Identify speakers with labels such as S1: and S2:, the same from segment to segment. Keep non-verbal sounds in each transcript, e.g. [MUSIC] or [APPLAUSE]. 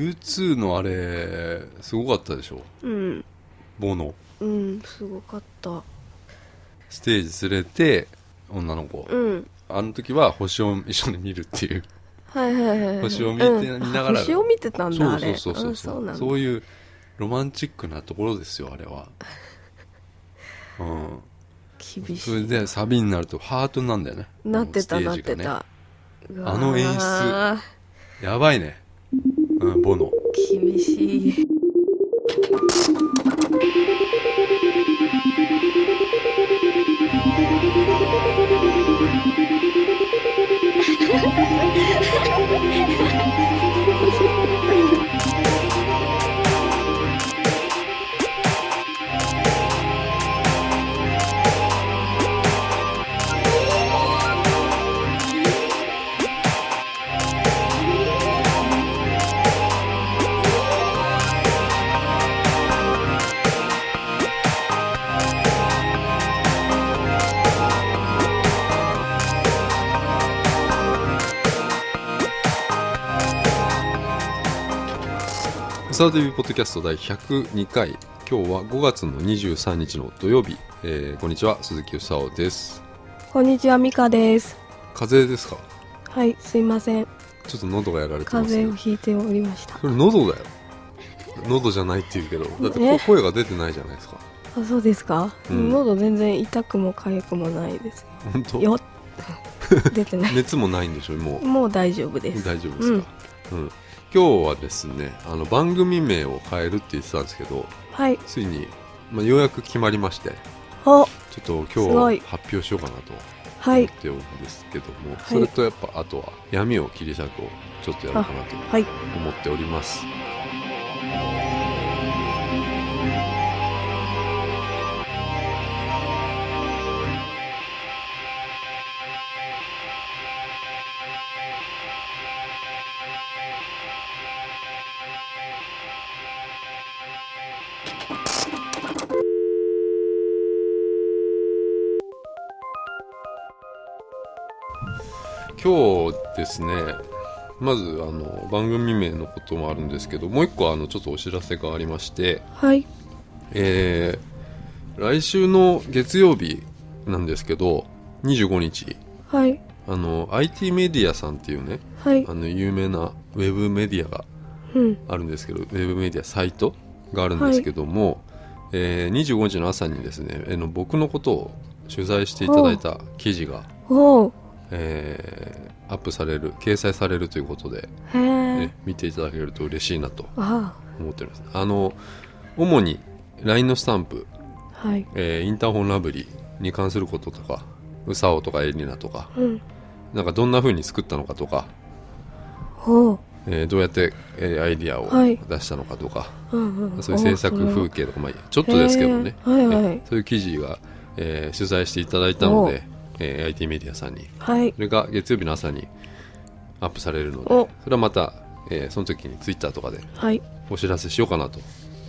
S1: U2 のあれすごかったでしょ
S2: うん
S1: ボノ
S2: うんすごかった
S1: ステージ連れて女の子、
S2: うん
S1: あの時は星を一緒に見るっていう
S2: はいはいはいはい
S1: 星を見て
S2: うん
S1: 見ながら
S2: あ星を見てたんだあ
S1: そ
S2: れ
S1: うそうそうそう,、
S2: ん、そうなんだ
S1: そういうロマンチックなところですよあれ
S2: [LAUGHS]
S1: はうん
S2: 厳
S1: そ
S2: し
S1: れ
S2: い
S1: でサビになるとハートになるんだよね
S2: なってた、
S1: あの
S2: なっ
S1: ステー
S2: て
S1: ジがね
S2: たうわー
S1: あの演出やばいね、うん、ボノ
S2: 厳しい
S1: サーティビポッドキャスト第102回今日は5月の23日の土曜日、えーこんにちは鈴木よさおです
S2: こんにちはミカです
S1: 風邪ですか
S2: はいすいません
S1: ちょっと喉がやられてます
S2: 風
S1: ね
S2: 邪をひいておりました
S1: それ喉だよ喉じゃないって言うけどだってこ
S2: ね
S1: 声が出てないじゃないですか
S2: あそうですか、
S1: うん
S2: 喉全然痛くも痒くもないです
S1: 本当
S2: よっ [LAUGHS] 出てない
S1: 熱もないんでしょもう
S2: もう大丈夫です
S1: 大丈夫ですか、うん今日はですねあの番組名を変えるって言ってたんですけど
S2: はい
S1: ついに、まあ、ようやく決まりまして
S2: お
S1: ちょっと
S2: すご
S1: 今日
S2: い
S1: 発表しようかなと
S2: は
S1: 思っ
S2: い
S1: ておるんですけども、
S2: い
S1: それとやっぱあとは闇を切り裂くをちょっとやろうかなと
S2: はい
S1: 思っております、今日ですねまずあの番組名のこともあるんですけどもう一個あのちょっとお知らせがありまして、
S2: はい
S1: えー来週の月曜日なんですけど25日
S2: はい
S1: あの IT メディアさんっていうね
S2: はい
S1: あの有名なウェブメディアが
S2: うん
S1: あるんですけどウェブメディアサイトがあるんですけども、えー25日の朝にですね、えーの僕のことを取材していただいた記事が、
S2: おお
S1: えーアップされる掲載されるということで、
S2: へえ
S1: ね見ていただけると嬉しいなと
S2: あ
S1: 思っておりますあの主に LINE のスタンプ、
S2: あはい
S1: えーインターホンラブリーに関することとかウサオとかエリナとか
S2: うん
S1: なんかどんな風に作ったのかとか、
S2: おお
S1: えーどうやって、えーアイディアを
S2: はい
S1: 出したのかとか、
S2: うんうん
S1: そういう制作風
S2: 景
S1: 景とか、まあ、ちょっとですけどね、
S2: へーはいはい
S1: ねそういう記事が、えー取材していただいたので、えー IT メディアさんに
S2: はい
S1: それが月曜日の朝にアップされるので
S2: お
S1: それはまた、えーその時にツイッターとかで
S2: はい
S1: お知らせしようかなと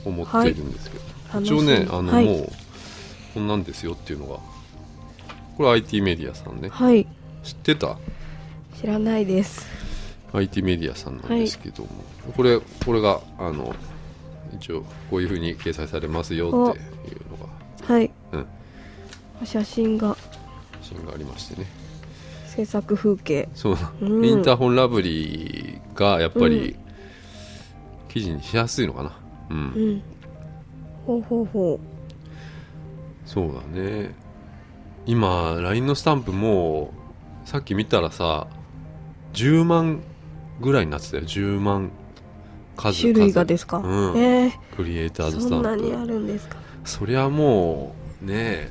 S1: 思っているんですけど、
S2: はい
S1: 一応ね
S2: 楽しみ
S1: あの、
S2: はい
S1: もうこんなんですよっていうのがこれ IT メディアさんね
S2: はい
S1: 知ってた
S2: 知らないです
S1: IT メディアさんなんですけども、これこれがあの一応こういうふうに掲載されますよっていうのが
S2: はい
S1: うん、
S2: 写真が
S1: シーンがありましてね
S2: 制作風景
S1: そう、
S2: うん
S1: インターホンラブリーがやっぱり記事にしやすいのかなうん、
S2: うんほうほうほ
S1: そうだね今 LINE のスタンプもうさっき見たらさ10万ぐらいになってたよ10万
S2: う
S1: 数
S2: 種類が
S1: 数
S2: ですか
S1: うん
S2: え
S1: クリエイター
S2: え
S1: ズスタ
S2: そんな
S1: ン
S2: にあ
S1: プ
S2: るんですか
S1: そりゃもうね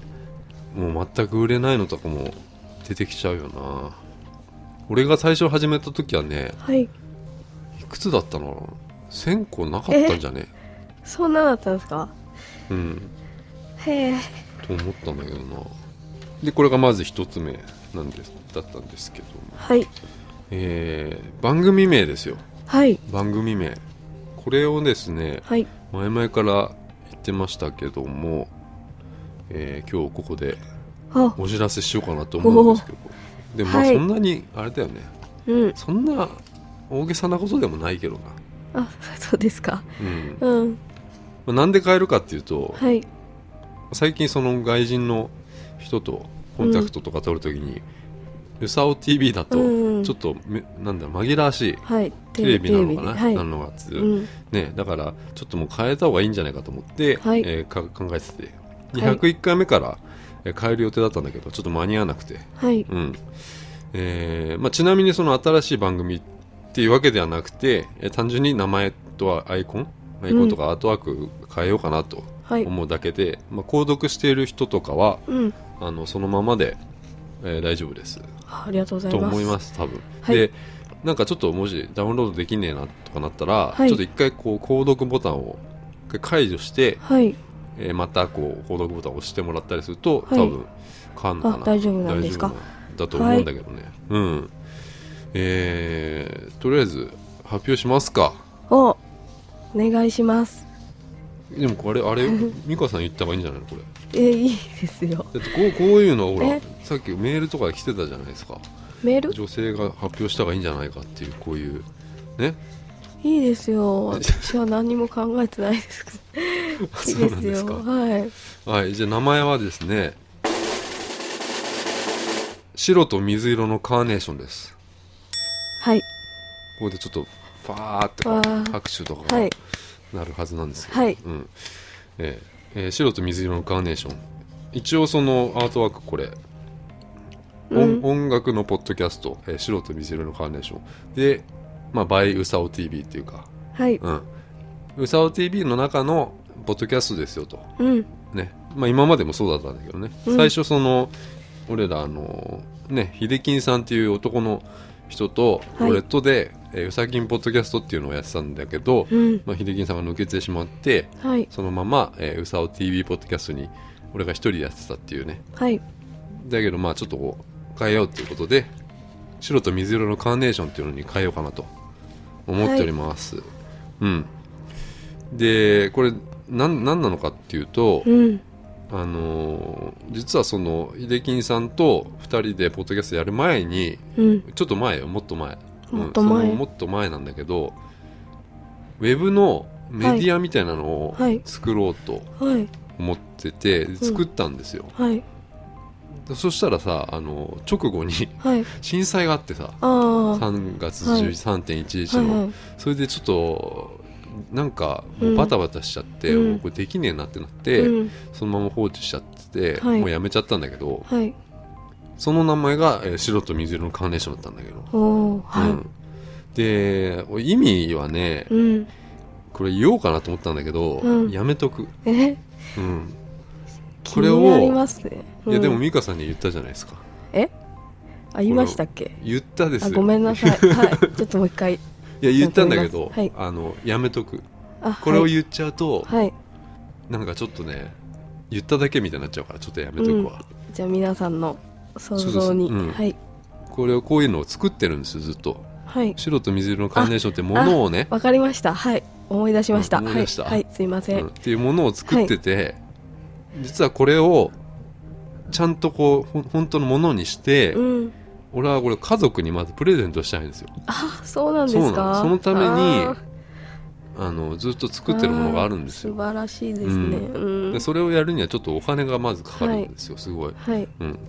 S1: もう全く売れないのとかも出てきちゃうよな俺が最初始めた時はね
S2: はい
S1: いくつだったの1000個なかったんじゃね
S2: そんなだったんですか
S1: うん
S2: へえ
S1: と思ったんだけどなでこれがまず一つ目なんですだったんですけども
S2: はい
S1: えー番組名ですよ
S2: はい
S1: 番組名これをですね
S2: はい
S1: 前々から言ってましたけども、えー今日ここで
S2: あ
S1: お知らせしようかなと思うんですけどでもまあ
S2: はい
S1: そんなにあれだよね、
S2: うん
S1: そんな大げさなことでもないけどな
S2: あそうですか
S1: うんま
S2: うん
S1: あなんで買えるかっていうと、
S2: はい
S1: 最近その外人の人とコンタクトとか取るときに、ユサオ TV だと
S2: うん
S1: ちょっとめ、なんだ紛らわしい
S2: はい
S1: テレビなのかな、
S2: テレビ
S1: な
S2: はい
S1: のがつ、
S2: うん
S1: ね、だからちょっともう変えた方がいいんじゃないかと思って、
S2: はい
S1: えーか考えてて
S2: はい
S1: 201回目からえー変える予定だったんだけどちょっと間に合わなくて、
S2: はい
S1: うんえーまあ、ちなみにその新しい番組っていうわけではなくて、えー単純に名前とはアイコンアイコンとかアートワーク変えようかなと
S2: はい
S1: 思うだけで、まあ、購読している人とかは
S2: うん
S1: あのそのままで、えー大丈夫です
S2: あありがとうござい
S1: と
S2: ます
S1: 思います多分、
S2: はい
S1: でなんかちょっともしダウンロードできねえなとかなったら、
S2: はい
S1: ちょっと一回こう購読ボタンを一回解除して、
S2: はい
S1: えーまたこう購読ボタンを押してもらったりすると、
S2: はい
S1: 多分変わんのか
S2: あ
S1: な
S2: 大丈夫なんですか
S1: 大丈夫だと思うんだけどね、うんえー、とりあえず発表しますか
S2: おお願いします
S1: でもこれあ
S2: [LAUGHS]
S1: れ美香さん言った方がいいんじゃないのこれ
S2: えーいいですよ
S1: だってこうこういうのほら
S2: え
S1: さっきメールとかで来てたじゃないですか
S2: メール
S1: 女性が発表した方がいいんじゃないかっていうこういうね
S2: いいですよ私は何も考えてないです
S1: [LAUGHS]
S2: いい
S1: そうなん
S2: です
S1: です
S2: よ
S1: か
S2: はい
S1: はいじゃあ名前はですね白と水色のカーネーションです
S2: はい
S1: ここでちょっとファーって
S2: わ
S1: こう
S2: ー
S1: 拍手とか
S2: はい
S1: なるはずなんですけど、
S2: はい
S1: うんえーえー白と水色のカーネーション一応そのアートワークこれ、
S2: う
S1: 音
S2: ん
S1: 音楽のポッドキャスト、えー白と水色のカーネーションで、まあ、バイウサオ TV っていうか、
S2: はい
S1: うん、ウサオ TV の中のポッドキャストですよと、
S2: うん
S1: ねまあ、今までもそうだったんだけどね、
S2: うん
S1: 最初その俺らあのね秀金さんっていう男の人と
S2: はい
S1: 俺とで、えーウサキンポッドキャストっていうのをやってたんだけど、
S2: うん
S1: まあ、秀金さんが抜けてしまって
S2: はい
S1: そのまま、えー、うさお TV ポッドキャストに俺が一人でやってたっていうね
S2: はい
S1: だけどまあちょっとこう変えようっていうことで白と水色のカーネーションっていうのに変えようかなと思っております、うんでこれなんなんなのかっていうと、
S2: うん
S1: あのー実はその秀金さんと2人でポッドキャストやる前に
S2: うん
S1: ちょっと前よもっと前うん
S2: もっと前
S1: そのもっと前なんだけどウェブのメディアみたいなのを
S2: はい
S1: 作ろうと
S2: はい
S1: 思ってて、作ったんですよ、
S2: はい
S1: そしたらさあの直後に [LAUGHS]
S2: はい
S1: 震災があってさ
S2: ああは
S1: 3月
S2: はい
S1: 13.11
S2: い
S1: の、
S2: はい
S1: それでちょっとなんかもうバタバタしちゃって、
S2: うん
S1: もうこれできねえなってなって、
S2: うん
S1: そのまま放置しちゃってて、
S2: はい
S1: もうやめちゃったんだけど
S2: はい
S1: その名前が、えー白と水色のカーネーションだったんだけど、
S2: おお
S1: う
S2: は
S1: んで意味はね
S2: いうん
S1: これ言おうかなと思ったんだけど、
S2: うん
S1: やめとく、
S2: え
S1: うん、
S2: 気
S1: これを
S2: になりますね
S1: いやでも
S2: うん
S1: 美香さんに言ったじゃないですか
S2: あ言いましたっけ
S1: 言ったです
S2: あ
S1: よ
S2: ごめんな
S1: [LAUGHS]
S2: さいはいちょっともう一回
S1: いや言ったんだけど、
S2: はい
S1: あのやめとく
S2: あ
S1: これを
S2: はい
S1: 言っちゃうと、
S2: はい
S1: なんかちょっとね言っただけみたいになっちゃうからちょっとやめとくわ、
S2: じゃあ皆さんの想
S1: そうそ
S2: 像
S1: う
S2: に
S1: うん
S2: はい
S1: これをこういうのを作ってるんですよずっと
S2: はい
S1: 白と水色のカーネーションってものをね
S2: わかりましたはい思い出しました
S1: うん
S2: は
S1: 思い
S2: い
S1: 出した
S2: はいすいませ
S1: うん
S2: ん
S1: っていうものを作ってて、実はこれをちゃんとこうほん本当のものにして、
S2: うん
S1: 俺はこれ家族にまずプレゼントしたいんですよ
S2: あそうなんです
S1: そうな
S2: か
S1: のそのために
S2: あー
S1: あのずっと作ってるものがあるんです
S2: 素
S1: よ
S2: 晴らしいですねう
S1: で
S2: ん
S1: それをやるにはちょっとお金がまずかかるんですよ、すごい、
S2: はい
S1: うん、だか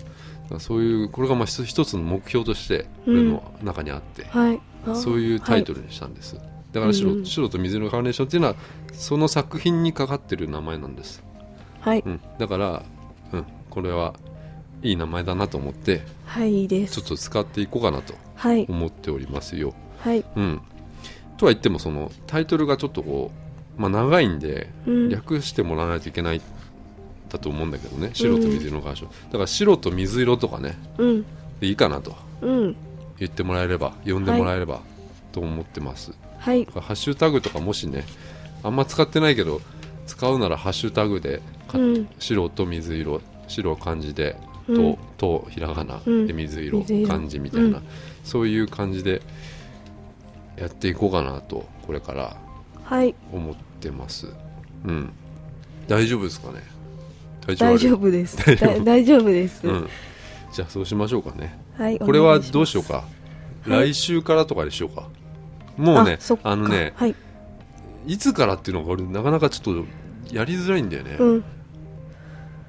S1: らそういうこれがまあ一つ一つの目標として
S2: う
S1: 俺
S2: ん
S1: の中にあって、
S2: はいあー
S1: そういうタイトルにしたんです、だから白,、
S2: うん
S1: 白と水のカーネーションっていうのはその作品にかかってる名前なんです
S2: はい
S1: うん、だから、うん、これはいい名前だなと思って
S2: はいいいで
S1: ちょ
S2: す
S1: っと使っていこうかなと
S2: はい
S1: 思っておりますよ。
S2: はい
S1: うん、とは言ってもそのタイトルがちょっとこう、まあ、長いんで
S2: うん
S1: 略してもらわないといけないだと思うんだけどね白と水色の鑑賞だから白と水色とかね
S2: うん
S1: でいいかなと
S2: うん
S1: 言ってもらえれば呼んでもらえればと思ってます。
S2: はい
S1: だからハッシュタグとかもしねあんま使ってないけど使うならハッシュタグでか
S2: うん
S1: 白と水色白は漢字でと、
S2: うん
S1: とひらがな
S2: うん
S1: で水色,、
S2: 水色
S1: 漢字みたいな、
S2: う
S1: そういう感じでやっていこうかなとこれから
S2: はい
S1: 思ってますうん大丈夫ですかね大
S2: 大丈夫です
S1: 大丈夫
S2: だ大丈夫です
S1: うん、じゃあそうしましょうかね
S2: はい
S1: これはどうしようか、
S2: はい
S1: 来週からとかでしようかもうね
S2: あそっ
S1: あ
S2: か
S1: のね
S2: はい
S1: いつからっていうのが俺なかなかちょっとやりづらいんだよね、だか
S2: うん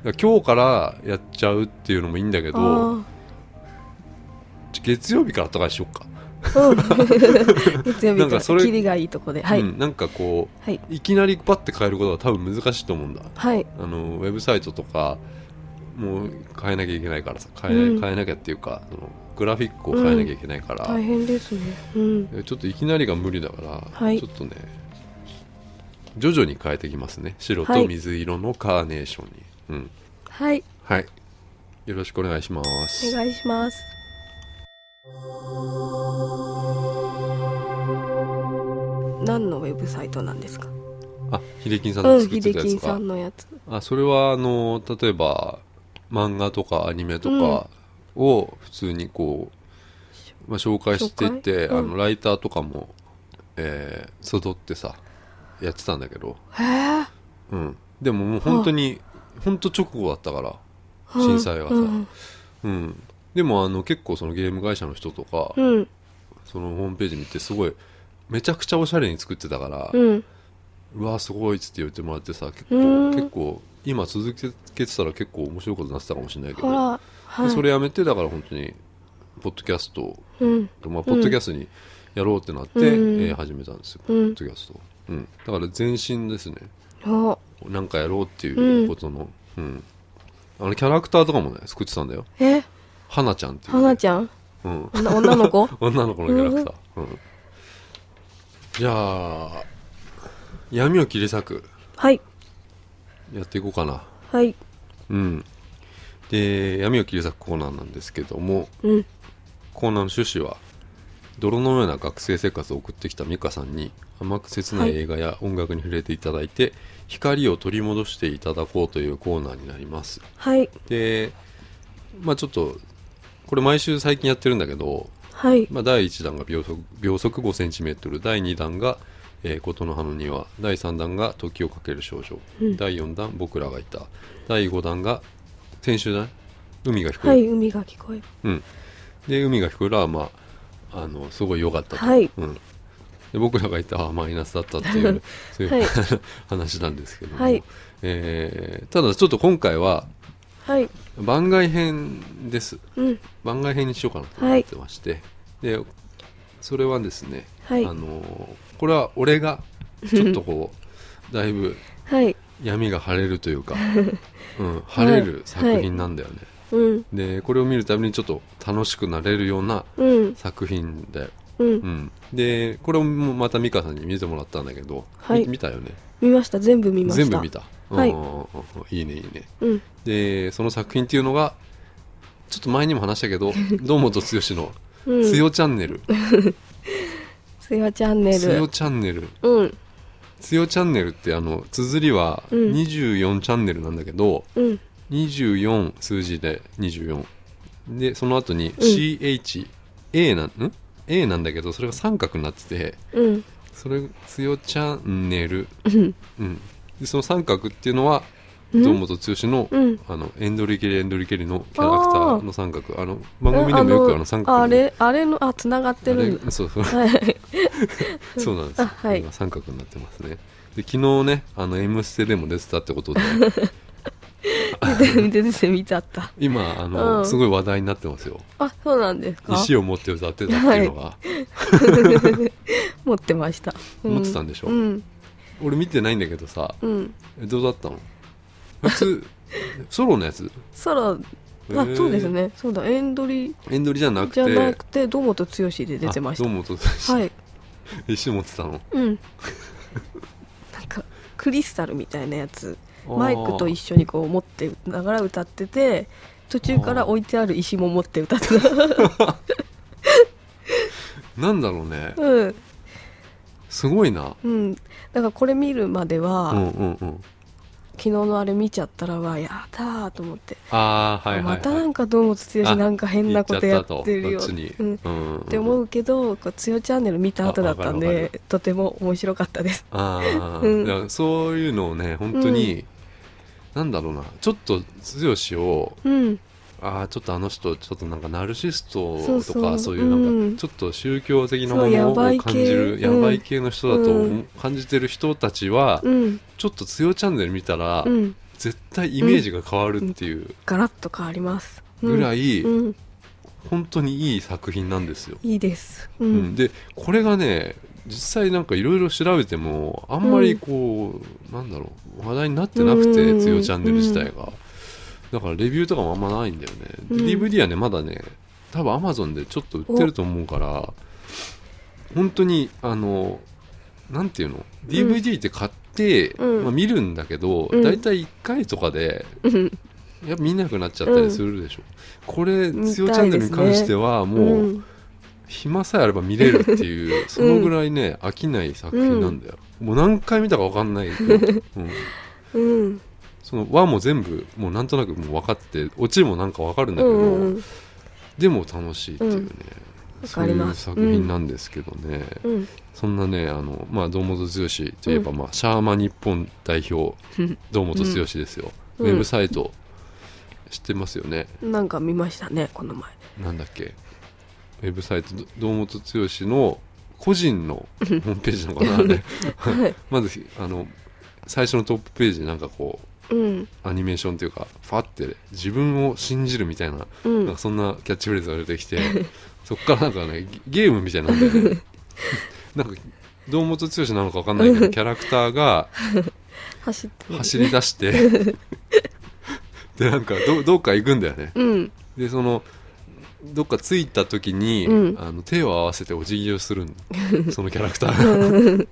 S1: ら今日からやっちゃうっていうのもいいんだけど
S2: あ
S1: 月曜日からあったかいしよっか、
S2: あうん
S1: [LAUGHS]
S2: 月
S1: な
S2: 曜日
S1: ん
S2: か
S1: からそれ
S2: キリがいいとこではい、
S1: うん、なんかこ
S2: はい、
S1: ういきなりパッて変えることは多分難しいと思うんだ
S2: はい、
S1: あのウェブサイトとかもう変えなきゃいけないからさ変え,、
S2: うん
S1: 変えなきゃっていうかそのグラフィックを変えなきゃいけないから、
S2: 大変ですねうん
S1: ちょっといきなりが無理だから、
S2: はい
S1: ちょっとね徐々に変えていきますね白
S2: は
S1: と
S2: い
S1: 水色のカーネーションに、うん
S2: はい
S1: はいよろしくお願いします
S2: お願いします何のウェブサイトなんですか
S1: あ秀樹さん
S2: う
S1: の
S2: ん
S1: 作って
S2: 秀
S1: たやつ
S2: 樹
S1: か、
S2: さんのやつ
S1: あそれはあの例えば漫画とかアニメとかを普通にこう、まあ、紹介していって、
S2: 紹介
S1: あ
S2: う
S1: のライターとかも、えー、集ってさやってたんだけど、
S2: へえ
S1: うん、でももう本当に本当直後だったから震災がさ、
S2: うん
S1: うん、でもあの結構そのゲーム会社の人とか、
S2: うん
S1: そのホームページ見てすごいめちゃくちゃおしゃれに作ってたから、う
S2: うん
S1: わすごいっつって言ってもらってさ結構
S2: うん
S1: 結構今続けてたら結構面白いことになってたかもしれないけ
S2: ほ
S1: ど、
S2: らはい
S1: でそれやめてだから本当にポッドキャストを、
S2: うん
S1: まあ、ポッドキャストにやろうってなって、
S2: うん
S1: えー始めたんですよ、
S2: う
S1: ポッド
S2: ん
S1: キャストを、うん、だから前進ですね
S2: お
S1: なんかやろうっていうことの、うんあのキャラクターとかもね作ってたんだよ
S2: え
S1: 花ちゃんっていうね、
S2: 花ちゃん
S1: うん、
S2: 女女
S1: [LAUGHS]
S2: の子
S1: 女の子のキャラクター、うん、じゃあ闇を切り裂く
S2: はい
S1: やっていこうかな
S2: はい
S1: うんで闇を切り裂くコーナーなんですけども
S2: うん
S1: コーナーの趣旨は泥のような学生生活を送ってきた美香さんに甘く切ない映画や音楽に触れていただいて、光を取り戻していただこうというコーナーになります
S2: はい
S1: でまあちょっとこれ毎週最近やってるんだけど
S2: はい
S1: まあ、第1弾が秒速秒速 5cm 第2弾が「えー、琴の葉の庭」第3弾が「時をかける少女」
S2: うん
S1: 第4弾「僕らがいた」第5弾が先週だね「海が聞こえ
S2: は
S1: る」
S2: い海が聞こえる
S1: うん、で「海が聞こえる」はまああのすごい良かったと、
S2: はい
S1: うん、で僕らがいたはマイナスだったっていうそういう、
S2: はい
S1: [LAUGHS] 話なんですけども、
S2: はい
S1: えーただちょっと今回は
S2: はい
S1: 番外編です
S2: うん
S1: 番外編にしようかなと思ってまして、でそれはですね、
S2: はい
S1: あのーこれは俺がちょっとこ
S2: [LAUGHS]
S1: うだいぶ
S2: はい
S1: 闇が晴れると
S2: [LAUGHS]
S1: いうか、うん、晴れる作品なんだよね、
S2: うん
S1: でこれを見るたびにちょっと楽しくなれるような
S2: うん
S1: 作品だよ、
S2: う
S1: うんん、でこれもまた美香さんに見てもらったんだけど、
S2: はい
S1: み見たよね
S2: 見ました全部見ました
S1: 全部見た、
S2: はい
S1: うんうんうんうんいいねいいね
S2: うん
S1: でその作品っていうのがちょっと前にも話した
S2: [LAUGHS]
S1: けど堂本剛の「
S2: う
S1: つ
S2: ん
S1: よチャンネル」
S2: つよチャ
S1: 「
S2: ンネ
S1: つよ
S2: ル
S1: チャンネル」
S2: うん
S1: 「つよチャンネル」ってあの綴りは
S2: うん
S1: 24チャンネルなんだけど、
S2: うん
S1: 24数字で24でその後に
S2: ん
S1: CHA なん、ん ?A なんだけどそれが三角になってて
S2: うん
S1: それ「つよチャンネル
S2: うん」
S1: うん、でその三角っていうのは
S2: うん
S1: 堂本剛の,、
S2: うん
S1: あのエンドリケリエンドリケリのキャラクターの三角あの [LAUGHS] 番組で
S2: あ
S1: もよくあの三角に
S2: あれあれのあ繋がってるん
S1: あれそうそう
S2: だはい
S1: そうなんですよ、
S2: あはい
S1: 今三角になってますねで昨日ねあの「M ステ」でも出てたって
S2: [LAUGHS]
S1: ことで
S2: 全然見ちゃった
S1: 今あの、
S2: うん
S1: すごい話題になってますよ
S2: あそうなんですか
S1: 石を持って歌ってたっていうのが、
S2: [LAUGHS] 持ってました、う
S1: 持ってたんでしょ
S2: うん
S1: 俺見てないんだけどさ
S2: うん
S1: えどうだったの普通ソロのやつ
S2: ソロあ、
S1: へー
S2: そうですねそうだエンドリ
S1: エンドリじゃなく
S2: じ
S1: て
S2: ゃなくて堂本剛で出てまし
S1: あ堂本
S2: た
S1: 剛
S2: はい
S1: 石持ってたの [LAUGHS]
S2: うんなんかクリスタルみたいなやつ
S1: あー
S2: マイクと一緒にこう持ってながら歌ってて途中から置いてある石も持って歌って
S1: [LAUGHS]
S2: た
S1: なんだろうね
S2: うん
S1: すごいな
S2: うんだからこれ見るまでは、
S1: うんうんうん
S2: 昨日のあれ見ちゃったらわやだーと思って、
S1: ああはいはい、はい、
S2: またなんか堂本剛なんか変なことやっ
S1: 行ちゃ
S2: てるよ
S1: たとこっちに、
S2: うん、っ
S1: うんうん
S2: て思うけどこう「つよチャンネル」見た後だった
S1: あ
S2: ん
S1: わかるわ
S2: でとても面白かったです
S1: ああ、
S2: うん
S1: だからそういうのをね本当に、なんだろうなちょっと剛を
S2: うん
S1: ああちょっとあの人ちょっとなんかナルシスト
S2: そう
S1: と
S2: そ
S1: か
S2: う
S1: そういうなん
S2: うん
S1: かちょっと宗教的なも
S2: そう
S1: の
S2: や
S1: を
S2: ばい系
S1: 感じるや
S2: うん
S1: ばい系の人だと
S2: うん
S1: 感じてる人たちは
S2: うん
S1: ちょっと強チャンネル見たら
S2: うん
S1: 絶対イメージが変わるっていう
S2: ガラッと変わりますうん
S1: ぐらい
S2: うん
S1: 本当にいい作品なんですよ。
S2: いいですう
S1: うん
S2: ん
S1: でこれがね実際なんかいろいろ調べてもあんまりこう、なんだろう話題になってなく
S2: う
S1: て「
S2: ん
S1: つよチャンネル」自体がだからレビューとかもあんまないんだよね、で
S2: うん
S1: DVD はねまだね多分 Amazon でちょっと売ってると思うから本当にあのなんていうの DVD って買って、
S2: うん
S1: まあ、見るんだけど
S2: うん
S1: 大体、たい1回とかで
S2: うん
S1: やっぱ見なくなっちゃったりするでしょ、これ「つよチャンネル」に
S2: 見たい
S1: 関
S2: ですね
S1: してはもう、
S2: うん
S1: 暇さえあれば見れるっていうそのぐらいね、飽きない作品なんだよ、もう何回見たか分かん
S2: [LAUGHS]
S1: ないけど、うん、
S2: うん
S1: その輪も全部もうなんとなくもう分かってオチもなんか分かるんだけど、
S2: うんうん
S1: でも楽しいっていうね、
S2: わ
S1: そ
S2: か
S1: う
S2: り
S1: い
S2: ま
S1: う
S2: す
S1: 作品なんですけどね、
S2: うん
S1: そんなねあの、まあ、堂本剛といえば、まあ、シャーマン日本代
S2: [LAUGHS]
S1: 表堂本剛ですよ、
S2: うん
S1: ウェブサイト知ってますよね
S2: なんか見ましたねこの前
S1: なんだっけウェブサイトど堂本剛の個人のホームページなのかなあれ
S2: [LAUGHS] はい
S1: [LAUGHS] まずあの最初のトップページでなんかこう
S2: うん
S1: アニメーションというかファって自分を信じるみたいな,、
S2: う
S1: なん
S2: ん
S1: かそんなキャッチフレーズが出てきてそっからなんかねゲゲームみたいになって
S2: [LAUGHS]
S1: ねなんか堂本剛なのか分かんないけどキャラクターが
S2: 走ってる
S1: 走り出して
S2: [LAUGHS]
S1: でなんかどどっか行くんだよね
S2: うん
S1: でそのどっか着いた時に、
S2: うん
S1: あの手を合わせてお辞儀をする
S2: [LAUGHS]
S1: のそのキャラクターが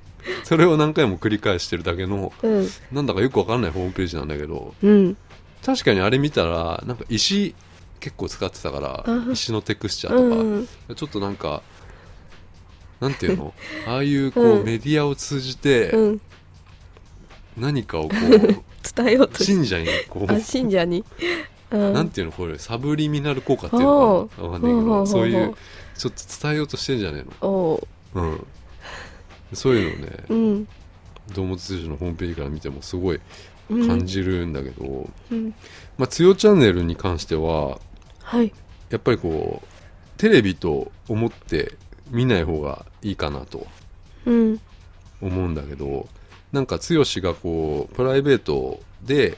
S1: それを何回も繰り返してるだけの
S2: うん
S1: なんだかよくわかんないホームページなんだけど
S2: うん
S1: 確かにあれ見たらなんか石結構使ってたから
S2: うん
S1: 石のテクスチャ
S2: う
S1: ー
S2: ん
S1: とかちょっとなんかなんていうの
S2: [LAUGHS]
S1: ああいうこ
S2: う
S1: うんメディアを通じて
S2: うん
S1: 何かをこ
S2: [LAUGHS] 伝えようと
S1: う信者にこ
S2: あ
S1: う
S2: 信者にうん
S1: なんていうのこれサブリミナル効果っていうのかなわかんないけ
S2: ほうほうほ
S1: ど
S2: う
S1: そういうちょっと伝えようとしてんじゃね
S2: おう
S1: えのうんそういうのをね
S2: うん
S1: 動物通信のホームページから見てもすごい
S2: うん
S1: 感じるんだけど、
S2: うん
S1: まあ「つよチャンネル」に関しては
S2: はい
S1: やっぱりこうテレビと思って見ない方がいいかなと
S2: うん
S1: 思うんだけどなんか剛がこうプライベートで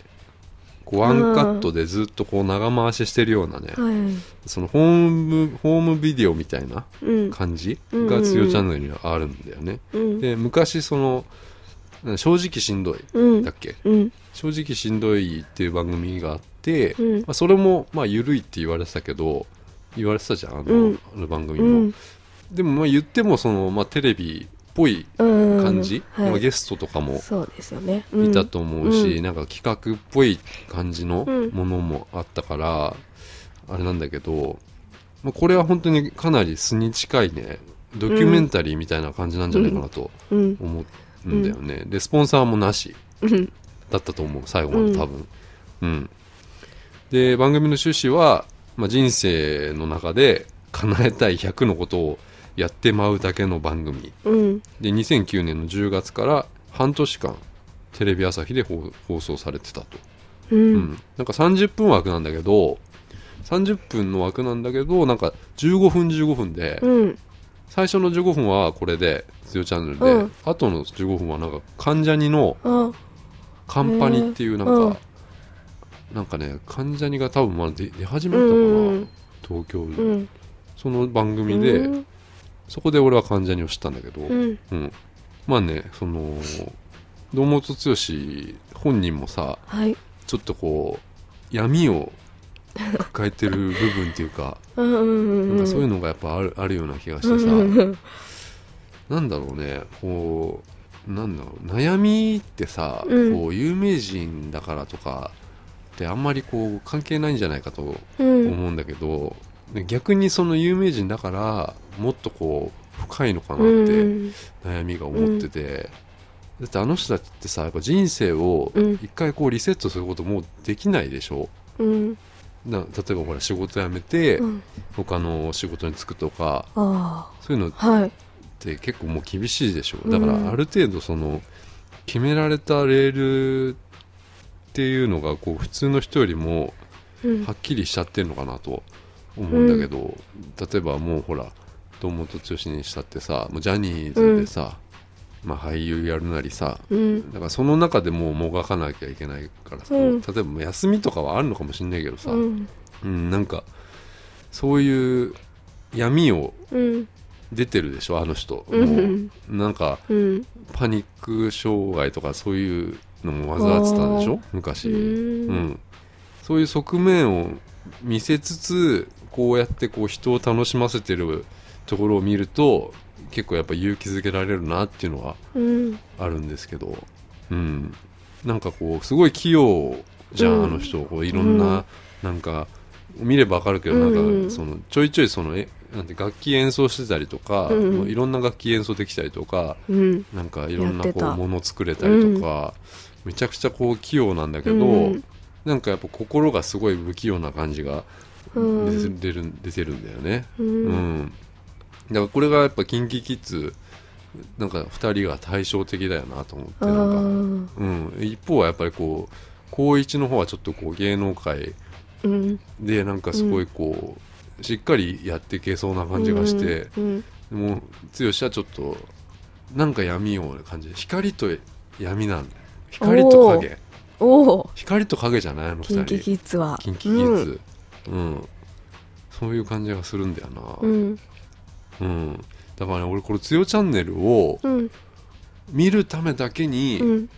S1: こうワンカットでずっとこう長回ししてるようなね、
S2: はい
S1: そのホームホームビデオみたいな
S2: うん
S1: 感じ
S2: うんうんう
S1: が「
S2: ん
S1: つよチャンネル」にはあるんだよね。
S2: うん
S1: で昔その「正直しんどい」
S2: うん
S1: だっけ
S2: うん
S1: 正直しんどいっていう番組があって、
S2: うん
S1: まあ、それもまあ緩いって言われてたけど言われてたじゃんあの,、
S2: うん
S1: あの番組
S2: う
S1: も、
S2: ん
S1: でもまあ言ってもその、まあ、テレビっぽい
S2: うん
S1: 感じ、
S2: はい
S1: まあ、ゲストとかも
S2: そうですよねうん
S1: いたと思うし、
S2: う
S1: なんか企画っぽい感じの
S2: うん
S1: ものもあったから、あれなんだけど、まあ、これは本当にかなり素に近いねドキュメンタリーみたいな感じなんじゃないかなと
S2: うん
S1: 思うんだよね、でスポンサーもなし
S2: うん
S1: だったと思う最後まで多分うん、で番組の趣旨は、まあ、人生の中で叶えたい100のことをやってまうだけの番組
S2: うん
S1: で2009年の10月から半年間テレビ朝日で放放送されてたと、
S2: う
S1: うん
S2: ん
S1: なんか30分枠なんだけど30分の枠なんだけどなんか15分15分で、
S2: うん
S1: 最初の15分はこれで「強チャンネルで」
S2: うん
S1: 後の15分はなんか関ジャニの「
S2: あ
S1: カンパニっていうなんか、
S2: うん
S1: なんかね関ジャニが多分まだ出出始め
S2: う
S1: たかな、
S2: ん
S1: 東京で、
S2: うん
S1: その番組で、
S2: うん
S1: そこで俺は関ジャニを知ったんだけど、
S2: う
S1: うん
S2: ん
S1: まあねその堂本剛本人もさ
S2: はい
S1: ちょっとこう闇を抱えてる部分っていうか
S2: うんうん [LAUGHS] う
S1: な
S2: ん
S1: んかそういう
S2: の
S1: のがやっぱあるあるような気がしてさ、なんだろうねこうなんだろう悩みってさ、
S2: うん
S1: こう有名人だからとかってあんまりこう関係ないんじゃないかと
S2: うん
S1: 思うんだけど、で逆にその有名人だからもっとこう深いのかなっ
S2: う
S1: て
S2: ん
S1: 悩みが思ってて、だってあの人たちってさやっぱ人生を
S2: うん
S1: 一回こうリセットすることもうできないでしょ
S2: うん
S1: な例えばほら仕事辞めて
S2: うん
S1: 他の仕事に就くとか
S2: あ
S1: そういうの
S2: あはい
S1: って結構もう厳しいでしょ
S2: うん
S1: だからある程度その決められたレールっていうのがこう普通の人よりも
S2: うん
S1: はっきりしちゃってるのかなと思うんだけど、例えばもうほら堂本剛にしたってさもうジャニーズでさ、まあ、俳優やるなりさ
S2: うん
S1: だからその中でもうもがかなきゃいけないからさ、
S2: うん
S1: 例えばもう休みとかはあるのかもしれないけどさ、
S2: う
S1: うん
S2: ん
S1: なんかそういう闇を
S2: うん
S1: 出てるでしょあの人、
S2: うん
S1: もうなんか
S2: うん
S1: パニック障害とかそういうのも患ってたんでしょ昔、
S2: うん
S1: うん、そういう側面を見せつつこうやってこう人を楽しませてるところを見ると結構やっぱ勇気づけられるなっていうのは
S2: うん
S1: あるんですけど、うん、なんかこうすごい器用じゃん、
S2: うん
S1: あの人こういろんな、なんか見ればわかるけどなんか、
S2: うん
S1: そのちょいちょいそのえなんて楽器演奏してたりとか、
S2: うん
S1: もういろんな楽器演奏できたりとか、
S2: うん
S1: なんかいろんな
S2: やって
S1: こ
S2: た
S1: うもの作れたりとか、めちゃくちゃこう器用なんだけど、
S2: うん
S1: なんかやっぱ心がすごい不器用な感じが
S2: うん
S1: 出てる,、出てるんだよね。
S2: う
S1: うん
S2: ん
S1: だからこれがやっぱ KinKiKids なんか2人が対照的だよなと思って
S2: あ
S1: なんか、
S2: ー
S1: うん、一方はやっぱりこう高一の方はちょっとこう芸能界
S2: うん
S1: でなんかすごいこう、しっかりやっていけそうな感じがして、
S2: うん
S1: でも剛はちょっとなんか闇を感じる光と闇なんだよ光と影
S2: おお
S1: 光と影じゃないあの
S2: キン
S1: 二
S2: キ
S1: 人
S2: キッズは
S1: キンキキッズうん、そういう感じがするんだよな
S2: う
S1: うん、
S2: ん
S1: だからね俺これ「つよチャンネル」を
S2: うん
S1: 見るためだけに、
S2: うん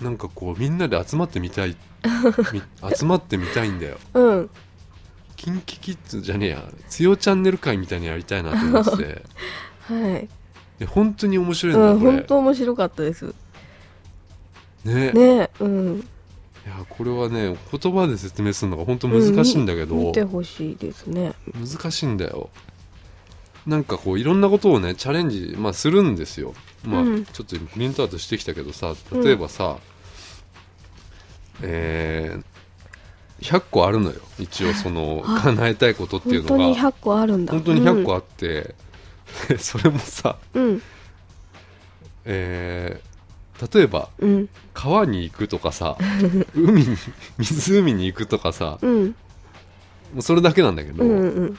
S1: なんかこうみんなで集まってみたいみ [LAUGHS] 集まってみたいんだよ
S2: うん
S1: キンキキッズじゃねえや「つよチャンネル」会みたいにやりたいなと思って
S2: [LAUGHS]
S1: て
S2: はい
S1: で本当に面白いんだ
S2: う
S1: よ
S2: ん
S1: これ、
S2: 本当面白かったです
S1: ね
S2: ねうん
S1: いやこれはね言葉で説明するのが本当難しいんだけど、
S2: うん見てほしいですね
S1: 難しいんだよなんかこういろんなことをねチャレンジ、まあ、するんですよ、まあ
S2: うん
S1: ちょっとプリントアウトしてきたけどさ例えばさ、えー100個あるのよ一応その
S2: あ
S1: 叶えたいことってい
S2: 本
S1: う
S2: 当
S1: の
S2: に
S1: が
S2: 100個あるんだ
S1: 本当に100個あって、で [LAUGHS] それもさ、
S2: うん
S1: えー例えば
S2: うん
S1: 川に行くとか
S2: [LAUGHS]
S1: さ海に湖に行くとかさ
S2: うん
S1: もうそれだけなんだけど、
S2: うんうん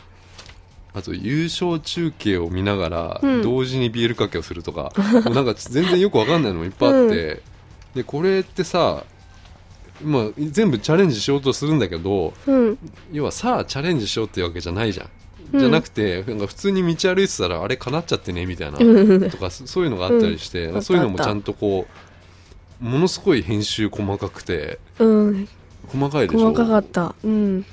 S1: あと優勝中継を見ながら
S2: うん
S1: 同時にビールかけをすると
S2: [LAUGHS]
S1: か、もうなんか全然よくわかんないのもいっぱいあって、でこれってさ、まあ、全部チャレンジしようとするんだけど
S2: うん
S1: 要はさあチャレンジしようっていうわけじゃないじゃん。
S2: うん
S1: じゃなくてなんか普通に道歩いてたらあれかなっちゃってねみたいな
S2: うん
S1: とかそそういうのがあったりして、
S2: うん
S1: そういうのも
S2: あ
S1: ち
S2: った
S1: ゃんとこうものすごい編集細かくて
S2: うん
S1: 細かいでしょ
S2: 細かかったうん
S1: で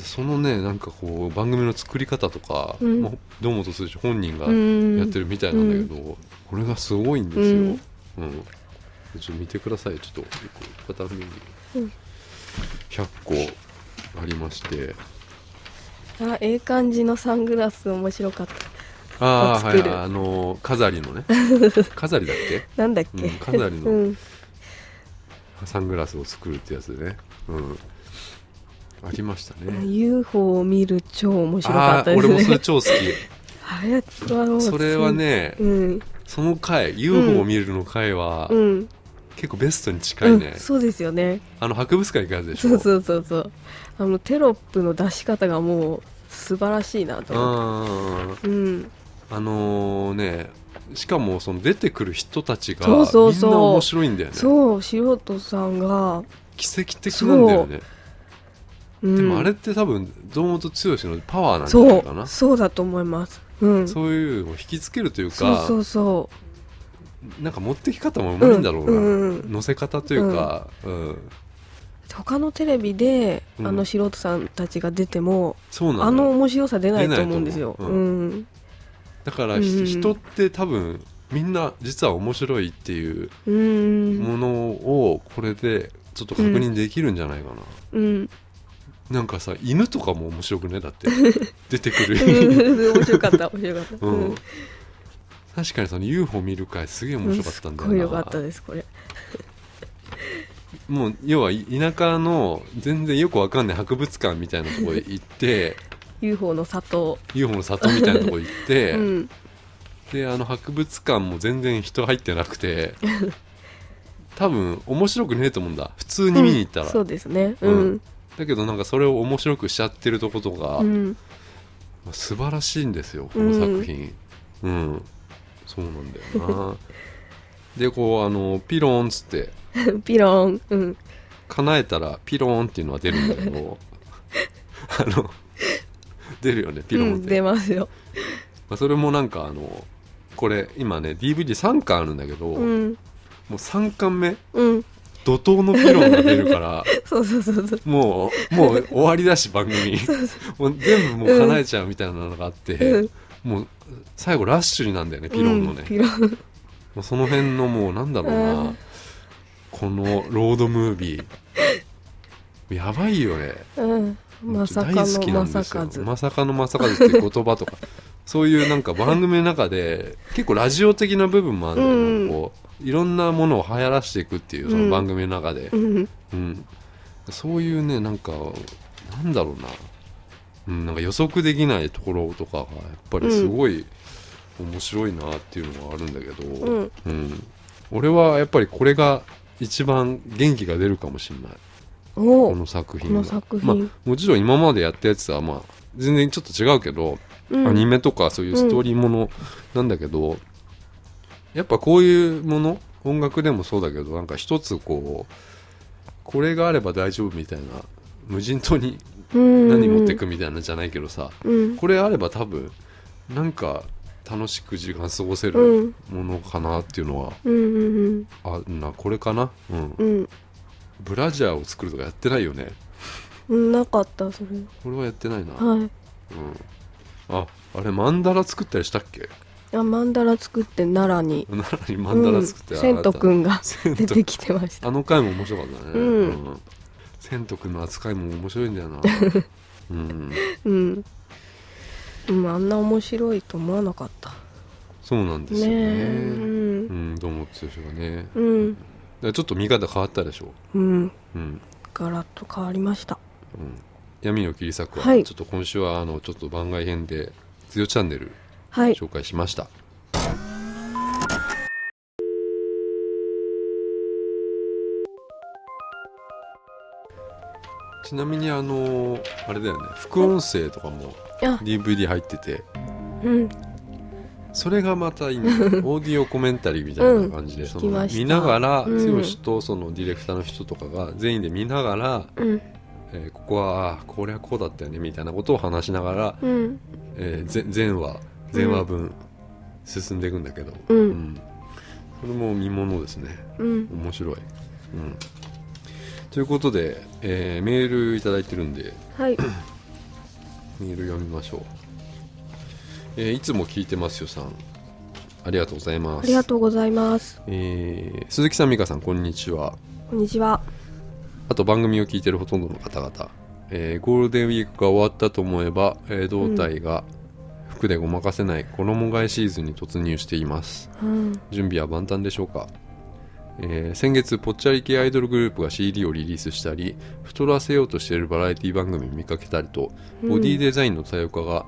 S1: そのねなんかこう番組の作り方とか、
S2: うん
S1: まあ、堂本剛本人が
S2: うん
S1: やってるみたいなんだけど、これがすごいんですよ、う
S2: うんん
S1: ちょっと見てくださいちょっと片目に
S2: うん
S1: 100個ありまして
S2: あええ感じのサングラス面白かった
S1: ああ
S2: あ
S1: は
S2: 作
S1: い
S2: る
S1: あの飾りの
S2: [LAUGHS]
S1: ね飾りだっけ
S2: なんだっ
S1: う
S2: け
S1: んかなりの
S2: うん
S1: サングラスを作るってやつでね、うん、ありましたね
S2: UFO を見る超面白か
S1: ああ
S2: った
S1: ー
S2: で
S1: 俺
S2: すね
S1: もそれ超好
S2: [LAUGHS]
S1: き
S2: あれはもう
S1: それはね、
S2: うん
S1: その回 UFO を見るの回は、
S2: うん
S1: 結構ベストに近いね、
S2: うんそうですよね
S1: あの博物館行くやつでしょ
S2: そうそうそうそうあのテロップの出し方がもう素晴らしいなと思っ
S1: あ
S2: てうん
S1: あのねしかもその出てくる人たちが
S2: そうそうそう
S1: みんな面白いんだよね
S2: そう素人さんが、
S1: 奇跡的なんだよね、
S2: うん、
S1: でもあれって多分堂本剛のパワーなんじゃな
S2: そ
S1: いかな
S2: うそうだと思いますうん
S1: そういうのを引きつけるというか
S2: そうそうそ
S1: なんか持ってき方もうまいんだろうな、
S2: うんうん
S1: 乗せ方というか、うん
S2: う他のテレビで、
S1: うん
S2: あの素人さんたちが出ても、
S1: そうな
S2: あ
S1: んだ
S2: の
S1: よ
S2: 面白さ出ないと思うんですよ、
S1: 出な
S2: う
S1: い
S2: ん
S1: と思だから
S2: うんう
S1: ひ
S2: ん
S1: 人って多分みんな実は面白いっていう
S2: うん
S1: ものをこれでちょっと確認できるんじゃないかな、
S2: うん、
S1: なんかさ犬とかも面白くねだって
S2: [LAUGHS]
S1: 出てくる、
S2: 面白かった面白かった、
S1: うん確かにその UFO 見る回すげえ面白かったんだ
S2: すっごい
S1: よ
S2: 良か
S1: な、
S2: ったですこれ
S1: もう要はい田舎の全然よくわかんない博物館みたいなとこへ行って
S2: [LAUGHS] UFO の里
S1: UFO の里みたいなとこ行って、
S2: うん
S1: であの博物館も全然人入ってなくて
S2: [LAUGHS]
S1: 多分面白くねえと思うんだ普通に見に行ったら、
S2: そうですね
S1: うん
S2: うん
S1: だけどなんかそれを面白くしちゃってるとことか、
S2: うん
S1: まあ素晴らしいんですよこの作品うん、そうなんだよ
S2: [LAUGHS]
S1: なでこうあのピローンっつって
S2: ピロンうん
S1: 叶えたらピローンっていうのは出るんだけ
S2: [LAUGHS]
S1: どあの出るよねピローン
S2: う
S1: っ
S2: ん、
S1: て、
S2: 出ますよ
S1: まあ、それもなんかあのこれ今ね DVD3 巻あるんだけど、
S2: う
S1: も
S2: ん
S1: う3巻目
S2: うん
S1: 怒涛のピローンが出るから
S2: [LAUGHS] そうそうそうそう
S1: もうもう終わりだし番
S2: [LAUGHS]
S1: 組もう全部もう叶えちゃうみたいなのがあって、
S2: うん
S1: もう最後ラッシュになんだよねピローンのね、
S2: うん、ピロン
S1: もうその辺のもうなんだろうな、
S2: うん
S1: このロードムービーやばいよね
S2: うんまさか
S1: 大好きな
S2: のま
S1: んで
S2: さ
S1: すよ
S2: かず
S1: まさかのまさかずっていう言葉とか
S2: [LAUGHS]
S1: そういうなんか番組の中で結構ラジオ的な部分もあるんだよね、
S2: うん
S1: こういろんなものを流行らしていくっていうその番組の中で、
S2: うん
S1: うん、そういうねなんかなんだろうな,、うん、なんか予測できないところとかがやっぱりすごい面白いなっていうのがあるんだけど、
S2: うん
S1: うん俺はやっぱりこれが一番元気が出るかもしれない
S2: お
S1: こ
S2: う
S1: の作
S2: こ
S1: 品が
S2: の作品、
S1: まあ、もちろん今までやったやつは、まあ、全然ちょっと違うけど、
S2: うん、
S1: アニメとかそういうストーリーものなんだけど、やっぱこういうもの音楽でもそうだけどなんか一つこうこれがあれば大丈夫みたいな無人島に
S2: うん
S1: 何持ってくみたいなんじゃないけどさ、
S2: うん
S1: これあれば多分なんか楽しく時間過ごせ
S2: う
S1: る
S2: ん
S1: ものかなっていうのは
S2: うんうん
S1: あるなこれかな、うん
S2: う、ん
S1: ブラジャーを作るとかやってないよね
S2: うんなかったそれ
S1: これはやってないな、
S2: はい
S1: うん、ああれマンダラ作ったりしたっけ [LAUGHS]
S2: あマンダラ作って奈良に
S1: 奈良にマンダラ作って
S2: う
S1: あ
S2: ん、
S1: れ
S2: セントくんが
S1: セント
S2: 出てきてました
S1: あの回も面白かったね、
S2: うん
S1: んセント君の扱いも面白いんだよ
S2: [LAUGHS]
S1: なうん
S2: うん、うん、あんな面白いと思わなかった
S1: そうなんですよ
S2: ね
S1: ね
S2: え
S1: う
S2: うん
S1: んどうも剛がね、だか
S2: うん、
S1: らちょっと見方変わったでしょ
S2: うん、
S1: う、うん
S2: ガラッと変わりました
S1: うん、闇を切り裂くは、
S2: はい
S1: ちょっと今週はあのちょっと番外編で「つよチャンネル」
S2: はい
S1: 紹介しましたちなみにあのあれだよね副音声とかも
S2: あ
S1: DVD 入ってて
S2: うん
S1: それがまた
S2: [LAUGHS]
S1: いいねオーディオコメンタリーみたいな感じで、そ
S2: き
S1: の
S2: ました
S1: 見ながら剛、
S2: うん
S1: とそのディレクターの人とかが全員で見ながら、
S2: うん
S1: えーここはあーこれはこうだったよねみたいなことを話しながら、
S2: うん
S1: えーぜ全話全話分進んでいくんだけど、
S2: う
S1: うんん、それも見ものですね
S2: うん
S1: 面白い、うん、ということで、えーメールいただいてるんで [COUGHS]
S2: はい
S1: メール読みましょう、えーいつも聞いてますよさんありがとうございます
S2: ありがとうございます
S1: えー鈴木さん美香さんこんにちは
S2: こんにちは
S1: あと番組を聞いてるほとんどの方々、えーゴールデンウィークが終わったと思えば、えー胴体が服でごまかせない衣替えシーズンに突入しています
S2: うん
S1: 準備は万端でしょうか、えー先月ぽっちゃり系アイドルグループが CD をリリースしたり太らせようとしているバラエティ番組を見かけたりと
S2: うん
S1: ボディデザインの多様化が、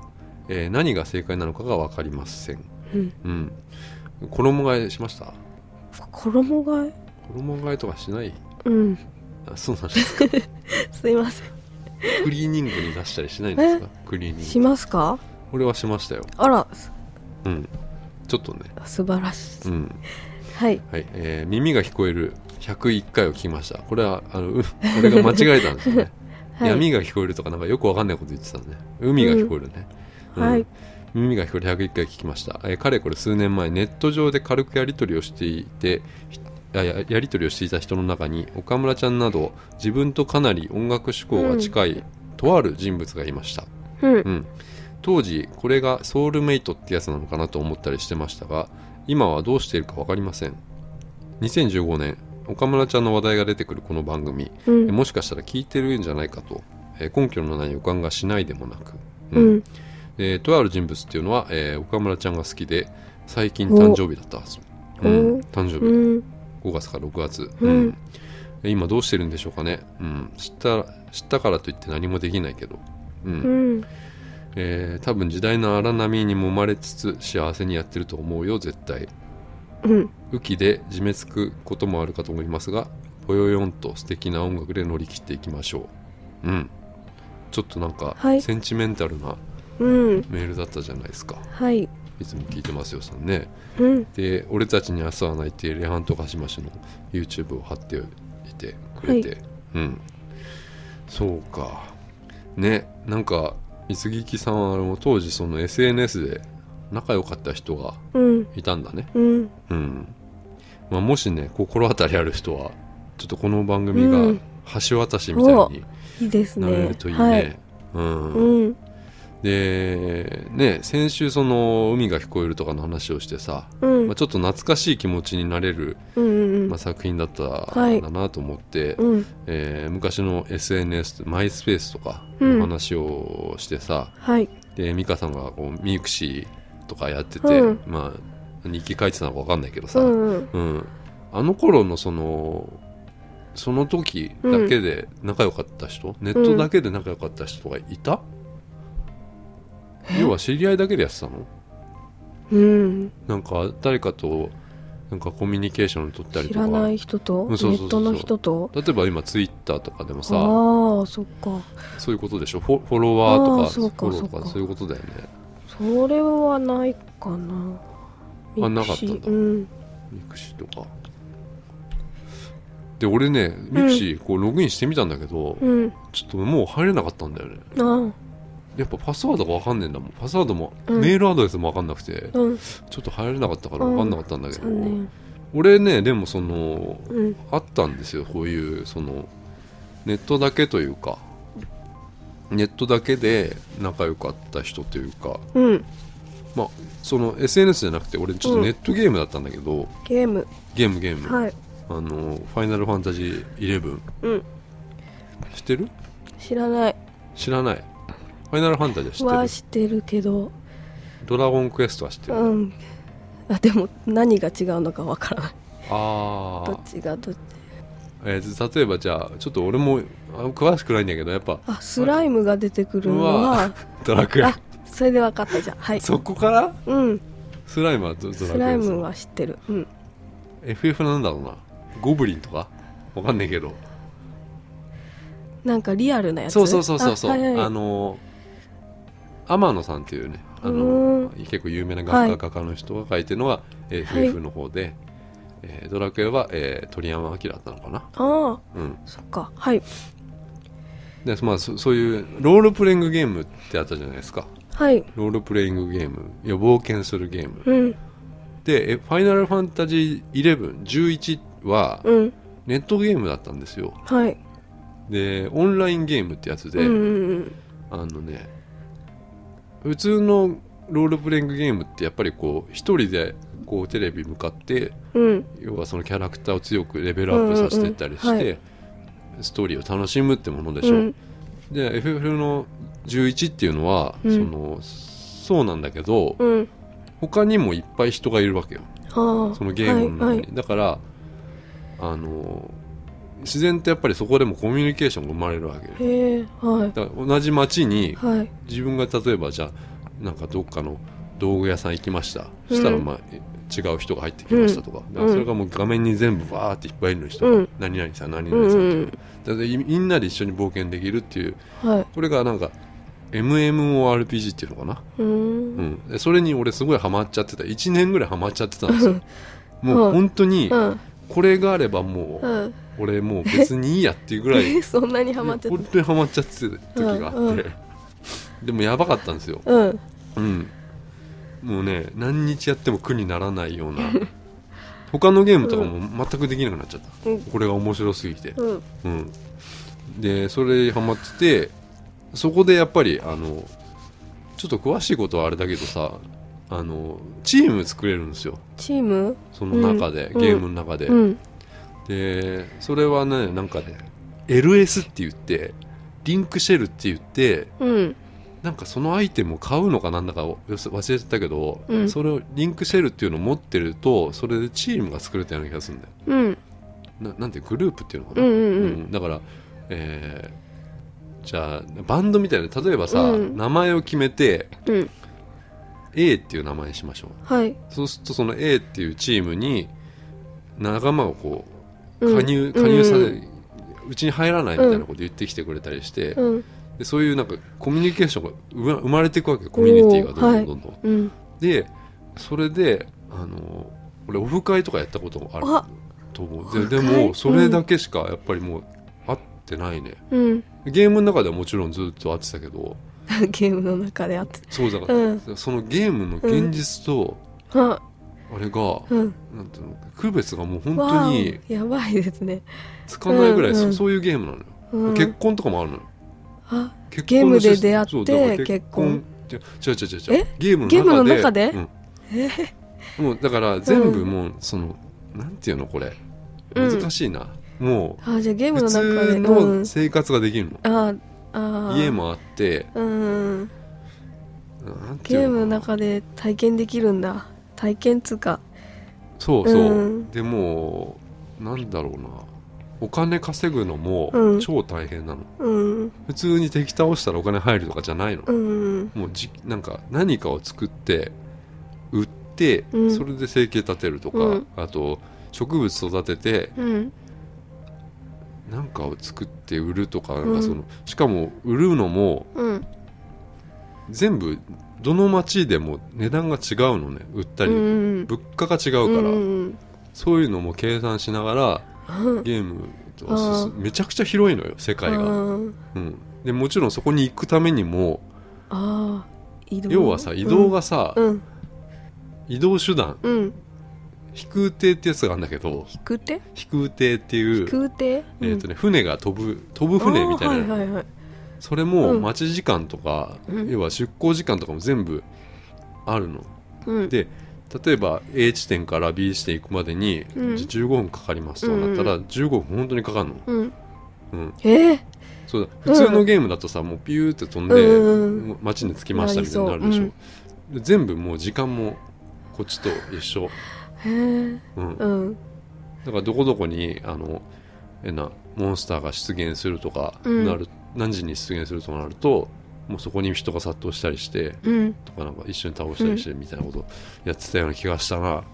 S1: えー何が正解なのかが分かりません、
S2: うん
S1: うん、衣替えしました
S2: 衣替え
S1: 衣替えとかしない
S2: うん
S1: あそうなんです
S2: [LAUGHS]
S1: か
S2: すいません
S1: クリーニングに出したりしないんですかクリーニン
S2: し
S1: グ
S2: ますか
S1: これはしましたよ
S2: あらす
S1: うんちょっとね
S2: 素晴らし
S1: う
S2: い、
S1: ん
S2: はい
S1: はい、えー耳が聞こえる101回を聞きましたこれはあのう [LAUGHS] 俺が間違えたんですよね
S2: はい
S1: 闇が聞こえるとかなんかよくわかんないこと言ってたね海が聞こえるね、うん
S2: はい
S1: 耳が聞こえる101回聞きました、えー、かれこれ数年前ネット上で軽くやり取りをしていてひあややり取りをしていた人の中に岡村ちゃんなど自分とかなり音楽趣向が近い、とある人物がいました
S2: うん
S1: うん、当時これがソウルメイトってやつなのかなと思ったりしてましたが今はどうしているか分かりません2015年岡村ちゃんの話題が出てくるこの番組、
S2: うん
S1: えもしかしたら聞いてるんじゃないかと、えー根拠のない予感がしないでもなく、
S2: う
S1: うん
S2: ん
S1: えーとある人物っていうのは、えー岡村ちゃんが好きで最近誕生日だったはず、
S2: お
S1: うん
S2: お
S1: 誕生日、
S2: うん
S1: 5月から6月、
S2: うん
S1: え今どうしてるんでしょうかね、うん、知った知ったからといって何もできないけど、うん
S2: うん
S1: えー多分時代の荒波に揉まれつつ幸せにやってると思うよ絶対
S2: うん
S1: 雨季で締め付くこともあるかと思いますがぽよよんと素敵な音楽で乗り切っていきましょううんちょっとなんか、
S2: はい
S1: センチメンタルな
S2: うん
S1: メールだったじゃないですか
S2: はい
S1: いつも聞いてますよさんね
S2: うん
S1: で「俺たちに明日はない」っていうレハンとかしましの YouTube を貼っていてくれて、うんそうかねなんか水木さんはあの当時その SNS で仲良かった人が
S2: うん
S1: いたんだね
S2: うん
S1: うん、まあ、もしね心当たりある人はちょっとこの番組が
S2: うん
S1: 橋渡しみたいに
S2: いいですね
S1: なれるといいね、
S2: はい、
S1: うん
S2: うん
S1: でね先週その「海が聞こえる」とかの話をしてさ、
S2: うん、
S1: まあ、ちょっと懐かしい気持ちになれる、
S2: うんうんうん
S1: まあ、作品だった
S2: はい
S1: んだなと思って、
S2: うん
S1: えー昔の SNS マイスペースとかの話をしてさ、
S2: はい
S1: で美香さんがこうミクシーとかやってて、
S2: うん
S1: まあ日記書いてたのか分かんないけど
S2: う
S1: さ、
S2: んうん
S1: うん、あの頃のそのその時だけで仲良かった人、ネットだけで仲良かった人がいた、要は知り合いだけでやってたの
S2: うん
S1: なんか誰かとなんかコミュニケーションを取ったり
S2: 知
S1: とから
S2: ない人と
S1: う
S2: ネ
S1: んそうそうそうそう
S2: ットの人と
S1: 例えば今ツイッターとかでも
S2: ああ
S1: さ
S2: ーそっか
S1: そういうことでしょフォフォロワーと
S2: あ
S1: か
S2: ーそうか
S1: フォローと
S2: そう
S1: か
S2: か
S1: そういうことだよね
S2: それはないかな
S1: あなかったんだ
S2: ミクシーうん
S1: ミクシーとかで俺ねミクシーこうログインしてみたんだけど、
S2: うん
S1: ちょっともう入れなかったんだよね
S2: あ
S1: やっぱパスワードが分かんねえんだもんパスワードも
S2: うん
S1: メールアドレスも分かんなくて、
S2: あうん
S1: ちょっと入れなかったから分かんなかったんだけど、
S2: 残念
S1: 俺ねでもその
S2: うん
S1: あったんですよこういうそのネットだけというかネットだけで仲良かった人というか
S2: うん
S1: まあその SNS じゃなくて俺ちょっと
S2: うん
S1: ネットゲームだったんだけど、
S2: ゲーム
S1: ゲームゲーム、
S2: はい
S1: あの「ファイナルファンタジー11
S2: うん」
S1: 知ってる
S2: 知らない
S1: 知らないファイナルファンタジーは
S2: は
S1: 知って
S2: 知ってるけど
S1: るドラゴンクエストは知ってる、
S2: うんあでも何が違うのかわからない
S1: ああ
S2: どっちがどっち
S1: えー例えばじゃあちょっと俺もあ詳しくないんだけどやっぱ
S2: あスライムが出てくるの
S1: う
S2: は
S1: わドラクエ
S2: あそれで分かったじゃんはい
S1: そこから
S2: うん
S1: スライムはドドラクエ
S2: スライムは知ってるうん
S1: FF なんだろうなゴブリンとかわかんないけど
S2: なんかリアルなやつ
S1: そうそうそうそうそうあ,、
S2: あ,、はいはい
S1: の天野さんっていうねあ
S2: う
S1: の結構有名な画家画家の人が描いてるのが FF の方で、えードラクエは、えー鳥山明だったのかな、
S2: あ
S1: うん
S2: ーそっかはい
S1: でまあ、そそういうロールプレイングゲームってあったじゃないですか
S2: はい
S1: ロールプレイングゲームいや冒険するゲーム
S2: うん
S1: でえファイナルファンタジー1111は
S2: うん
S1: ネットゲームだったんですよ
S2: はい
S1: でオンラインゲームってやつで、
S2: うんうん
S1: あのね普通のロールプレイングゲームってやっぱりこう一人でこうテレビ向かって
S2: うんうん
S1: 要はそのキャラクターを強くレベルアップさせていったりして、
S2: うんうんうんは
S1: ストーリーを楽しむってものでし
S2: う
S1: ょ、
S2: ん
S1: で FF の11っていうのは、
S2: うん
S1: そのそうなんだけど、
S2: うん
S1: 他にもいっぱい人がいるわけよ
S2: ああ
S1: そのゲームの中に、
S2: はいはい
S1: だからあの自然とやっぱりそこでもコミュニケーションが生まれるわけよ
S2: へえはい
S1: だから同じ町に
S2: はい
S1: 自分が例えばじゃあなんかどっかの道具屋さん行きましたしたら、
S2: うん
S1: まあえ違う人が入ってきましたとか,、だからそれがもう画面に全部わーっていっぱいいるの人が、
S2: うん
S1: 何々さん何
S2: う
S1: 々
S2: ん
S1: さ、
S2: うんん
S1: だっていみんなで一緒に冒険できるっていう
S2: はい
S1: これがなんか MMORPG っていうのかな、
S2: うー
S1: うんん、でそれに俺すごいハマっちゃってた1年ぐらいハマっちゃってたんですよも
S2: [LAUGHS] は
S1: う
S2: い
S1: 本当に
S2: うん
S1: これがあればもう
S2: うん
S1: 俺もう別にいいやっていうぐらい
S2: [LAUGHS] そんな [LAUGHS] にハマっちゃっ
S1: 本当にハマっちゃってた時があって、
S2: うんうん
S1: でもやばかったんですよ
S2: たうん
S1: うん、もうね何日やっても苦にならない
S2: [LAUGHS]
S1: ような他のゲームとかも全くできなくなっちゃった、
S2: うん
S1: これが面白すぎて、
S2: うん
S1: うん、でそれハマっててそこでやっぱりあのちょっと詳しいことはあれだけどさあのチーム作れるんですよ
S2: チーム
S1: その中で、
S2: うん
S1: ゲームの中で、
S2: うん
S1: でそれはねなんかね LS って言ってリンクシェルって言って
S2: うん
S1: なんかそのアイテムを買うのかなんだかをよそ忘れてたけど、
S2: うん
S1: それをリンクシェルっていうのを持ってるとそれでチームが作れたような気がするんだよ
S2: うん
S1: ななんてグループっていうのか
S2: うん
S1: な、
S2: うんうん
S1: だから、えーじゃあバンドみたいな例えばさ、
S2: うん
S1: 名前を決めて
S2: うん、
S1: A っていう名前にしましょう
S2: はい、
S1: そうするとその A っていうチームに仲間をこう
S2: うん
S1: 加入、加入され、
S2: うん
S1: うちに入らないみたいなこと言ってきてくれたりして、
S2: うん
S1: でそういうなんかコミュニケーションがうわ生まれていくわけよコミュニティがどんどんどんどん、
S2: うん
S1: でそれであの俺オフ会とかやったこともある
S2: あ
S1: と思
S2: オ
S1: う
S2: フ
S1: でで
S2: 会う
S1: も
S2: ん
S1: それだけしかやっぱりもう会ってないね、 [LAUGHS]
S2: うん
S1: ゲームの中ではもちろんずっと会ってたけど
S2: ゲームの中であって
S1: そうだから、
S2: う
S1: そのゲームの現実と、
S2: あ
S1: あれが、
S2: うん
S1: なんていうの区別がもう本
S2: わ
S1: 当
S2: あ
S1: に
S2: やばいですね、
S1: つかないぐらい、
S2: うんうん
S1: そそういうゲームなのよ、
S2: うん、
S1: 結婚とかもあるのよ
S2: あ
S1: 結婚の
S2: ゲームで
S1: シス
S2: 出会って
S1: そうだからじゃ違う違う違う違う
S2: え
S1: ゲームの中で
S2: ゲームの中で
S1: うんもうだから全部もうその、なんていうのこれ
S2: うん
S1: 難しいな、も
S2: あじゃあゲー
S1: う
S2: ムの
S1: 普
S2: 中で
S1: 通
S2: うん
S1: の生活ができるの、
S2: ああ
S1: 家もあって
S2: うん
S1: なんてい
S2: ゲ
S1: う
S2: ームの
S1: のかな
S2: 中で体験できるんだ体験つうか
S1: そうそう、
S2: うん
S1: でもなんだろうなお金稼ぐのも
S2: うん
S1: 超大変なの、
S2: うん
S1: 普通に敵倒したらお金入るとかじゃないの、
S2: うん
S1: もうじなんか何かを作って売って、
S2: うん
S1: それで生計立てるとか、
S2: うん
S1: あと植物育てて
S2: うん
S1: 何かを作って売るとかなん
S2: う
S1: か
S2: ん
S1: その、しかも売るのも
S2: うん
S1: 全部どの町でも値段が違うのね売ったり、
S2: うん
S1: 物価が違う
S2: う
S1: から、
S2: ん
S1: そういうのも計算しながらゲームとかすす
S2: あー
S1: めちゃくちゃ広いのよ世界が、
S2: うん
S1: うん、でもちろんそこに行くためにも
S2: ああ移動
S1: 要はさ移動がさ、
S2: うん
S1: 移動手段
S2: うんうん
S1: 飛空艇ってやつがあるんだけど
S2: 飛空艇
S1: 飛空艇っていう
S2: 空艇
S1: えーとね、船が飛ぶ飛ぶ
S2: うん
S1: 船みたいな、
S2: あーはいはいはい
S1: それも
S2: うん
S1: 待ち時間とか、
S2: うん
S1: 要は出港時間とかも全部あるの
S2: うん
S1: で例えば A 地点から B 地点行くまでに、
S2: うん
S1: じゃあ15分かかりますとなったら、15分本当にかかるの、
S2: うん
S1: うん、
S2: ええ
S1: そうだ普通のゲームだとさもうピューって飛んで、
S2: うんうん
S1: もう街に着きましたみたいになるでしょ
S2: なり、
S1: で全部もう時間もこっちと一緒、
S2: へえ
S1: うん、だ
S2: うん
S1: からどこどこにあの変なモンスターが出現するとか
S2: うん
S1: なる、何時に出現するとなるともうそこに人が殺到したりして
S2: うん
S1: とかなんか一緒に倒したりしてみたいなことやってたような気がしたな、だか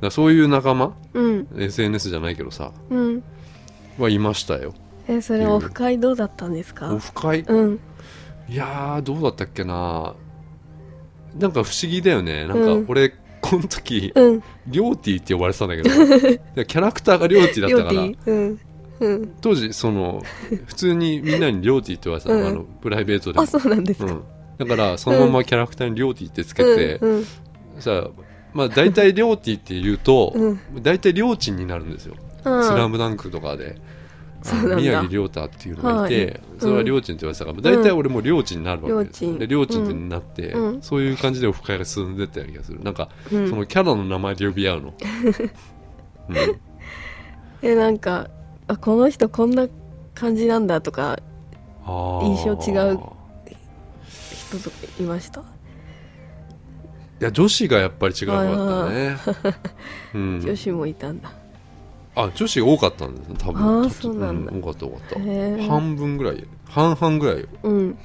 S1: らそういう仲間
S2: うん、
S1: SNS じゃないけどさ
S2: うん、
S1: はいましたよ
S2: えそれオフ会どうだったんですか
S1: オフ会
S2: うん
S1: いやーどうだったっけななんか不思議だよねなんか
S2: うん
S1: 俺、この時
S2: うん
S1: リョーティーって呼ばれてたんだけ [LAUGHS] どキャラクターがリョーティーだったから
S2: 料理うんうん
S1: 当時その普通にみんなにリョーティーって言われてたの,、
S2: うん
S1: あのプライベートでも
S2: あそうなんです
S1: う
S2: か、
S1: ん、だからそのままキャラクターにリョーティーってつけて、
S2: うんうん
S1: さまあ大体リョーティーって言うと、
S2: うん
S1: 大体りょーちんになるんですよ「スラムダンクとかで。あ
S2: そうなんだ
S1: 宮城亮太っていうのがいて、
S2: はい
S1: それは亮ちんって言われてたから、大体俺も亮ちんになるわけです、
S2: りょーちん
S1: で亮ちんってなって、
S2: うん
S1: そういう感じでオフ会が進んでったような気がするなんか、
S2: うん
S1: そのキャラの名前で呼び合
S2: [LAUGHS]
S1: うの、うん
S2: えなんかあこの人こんな感じなんだとか
S1: あー
S2: 印象違う人とかいました
S1: いや女子がやっぱり違うかったね、うん、
S2: 女子もいたんだ
S1: あ女子多かったんですね多分
S2: あーそうなんだ
S1: 多かった多か
S2: へ
S1: っ
S2: え
S1: た半分ぐらい半々ぐらいよ
S2: うん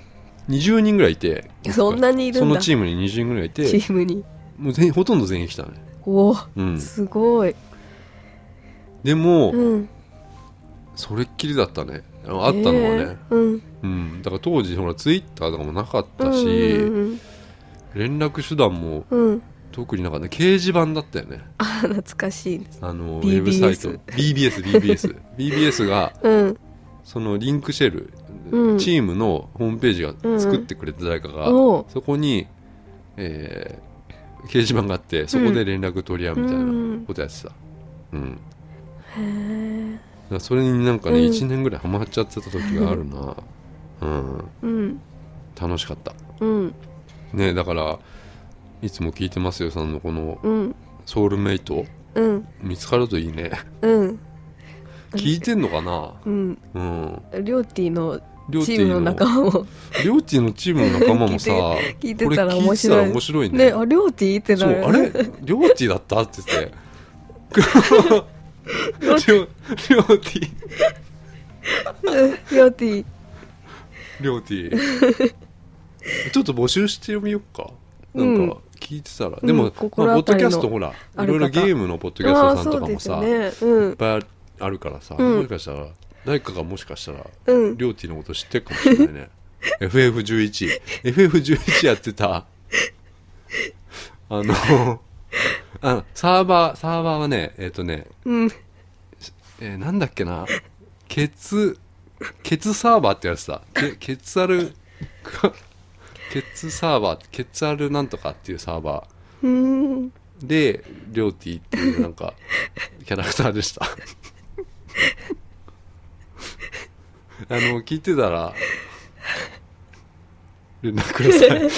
S1: 20人ぐらいいて
S2: そんなにいる
S1: そ
S2: ん
S1: の
S2: だ
S1: チームに20人ぐらいい
S2: チ
S1: て
S2: ームに
S1: もう全員ほとんど全員来たね、
S2: おお
S1: うん、
S2: すごい
S1: でも、
S2: うん
S1: それっきりだったねあのあったのはね、
S2: へえうん
S1: うん、だから当時ほらツイッターとかもなかっ
S2: う
S1: た
S2: ん
S1: し、
S2: うん
S1: 連絡手段も
S2: うんうん
S1: 特になかった掲示板だったよね
S2: あ懐かしいです
S1: あの
S2: BBS
S1: ウェブサイト BBSBBSBBS が
S2: うん
S1: そのリンクシェル、
S2: うん
S1: チームのホームページが作ってくれた誰かが、
S2: おお
S1: そこに、えー掲示板があってそこで連絡取り合うみたいなことやってた、うんだか
S2: へえ
S1: らそれになんかね、
S2: うん
S1: 1年ぐらいハマっちゃってた時があるなうん
S2: うん
S1: 楽しかった
S2: うん
S1: ねだからいつも聞いてますよさんのこの
S2: うん
S1: ソウルメイト
S2: うん
S1: 見つかるといい
S2: [LAUGHS]
S1: ね
S2: うん
S1: 聞いてんのかな
S2: うん
S1: うん
S2: りょうてぃの
S1: りょう
S2: チ
S1: て
S2: ー
S1: ぃ
S2: ムの
S1: の
S2: 仲間も
S1: りょうてぃのチームの仲間もさ
S2: [LAUGHS] 聞いてた
S1: こ
S2: ら
S1: れ聞
S2: 面
S1: いてたら
S2: 白い
S1: 面白いね
S2: ねありょうてぃって
S1: そ
S2: な
S1: う
S2: る
S1: あ
S2: [LAUGHS]
S1: れりょうてぃだったって言ってりょうりょうてぃ
S2: りょうてぃ
S1: りょうてぃちょっと募集してみようかなんか聞いてたら、
S2: うん
S1: でも、
S2: 心
S1: まあポッド
S2: 当たり
S1: キ
S2: の
S1: ャストほら
S2: あ
S1: い
S2: る
S1: ろ
S2: 方
S1: いろゲームのポッドキャス
S2: あ
S1: ト
S2: あ
S1: さん
S2: そ
S1: と
S2: う
S1: か
S2: で
S1: も
S2: す
S1: さ
S2: よねう
S1: いっ
S2: ん
S1: ぱいあるからさ、
S2: うん
S1: もしかしたら誰かがもしかしたら、
S2: うん
S1: りょうてぃのこと知ってるかもしれない
S2: [LAUGHS]
S1: ね FF11 FF11 やってたあのあのサーバーサーバーはねえっ、とね、
S2: うん
S1: えーなんだっけなケツケツサーバーってやつだケケツアル [LAUGHS] かケツサーバーケツアルなんとかっていうサーバ
S2: うん
S1: ーでりょうてぃっていうなんかキャラクターでした [LAUGHS] あの聞いてたら連絡ください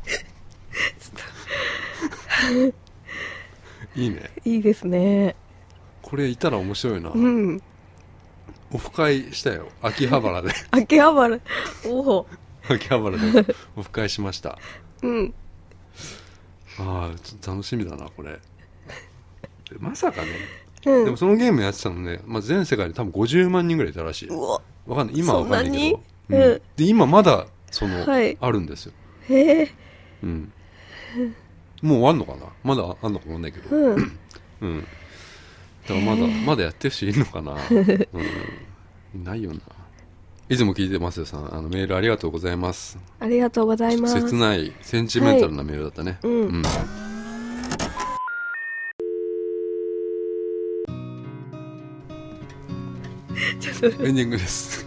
S1: [LAUGHS] いいね
S2: いいですね
S1: これいたら面白いな、
S2: うん
S1: オフ会したよ秋葉原で
S2: 秋葉原おお
S1: 秋葉原でオフ会しました
S2: うん
S1: ああちょっと楽しみだな
S2: [LAUGHS]
S1: これでまさかね、
S2: うん
S1: でもそのゲームやってたのね、まあ、全世界で多分50万人ぐらいいたらしいう
S2: わ
S1: わかんない今はわかんないけど、
S2: そんなに
S1: うん
S2: うん
S1: で今まだその、
S2: はい
S1: あるんですよ、
S2: へえ
S1: うん、もう終わんのかなまだあんのかわかんないけど、
S2: うん
S1: うん。だからまだ、まだやってる人いるの
S2: [LAUGHS]
S1: かな、うん、いないよな。いつも聞いてますよさん。あのメールありがとうございます。
S2: ありがとうございます
S1: 切ない、センチメンタルなメールだったね。
S2: うん
S1: うん
S2: ちょっと
S1: エンディングです。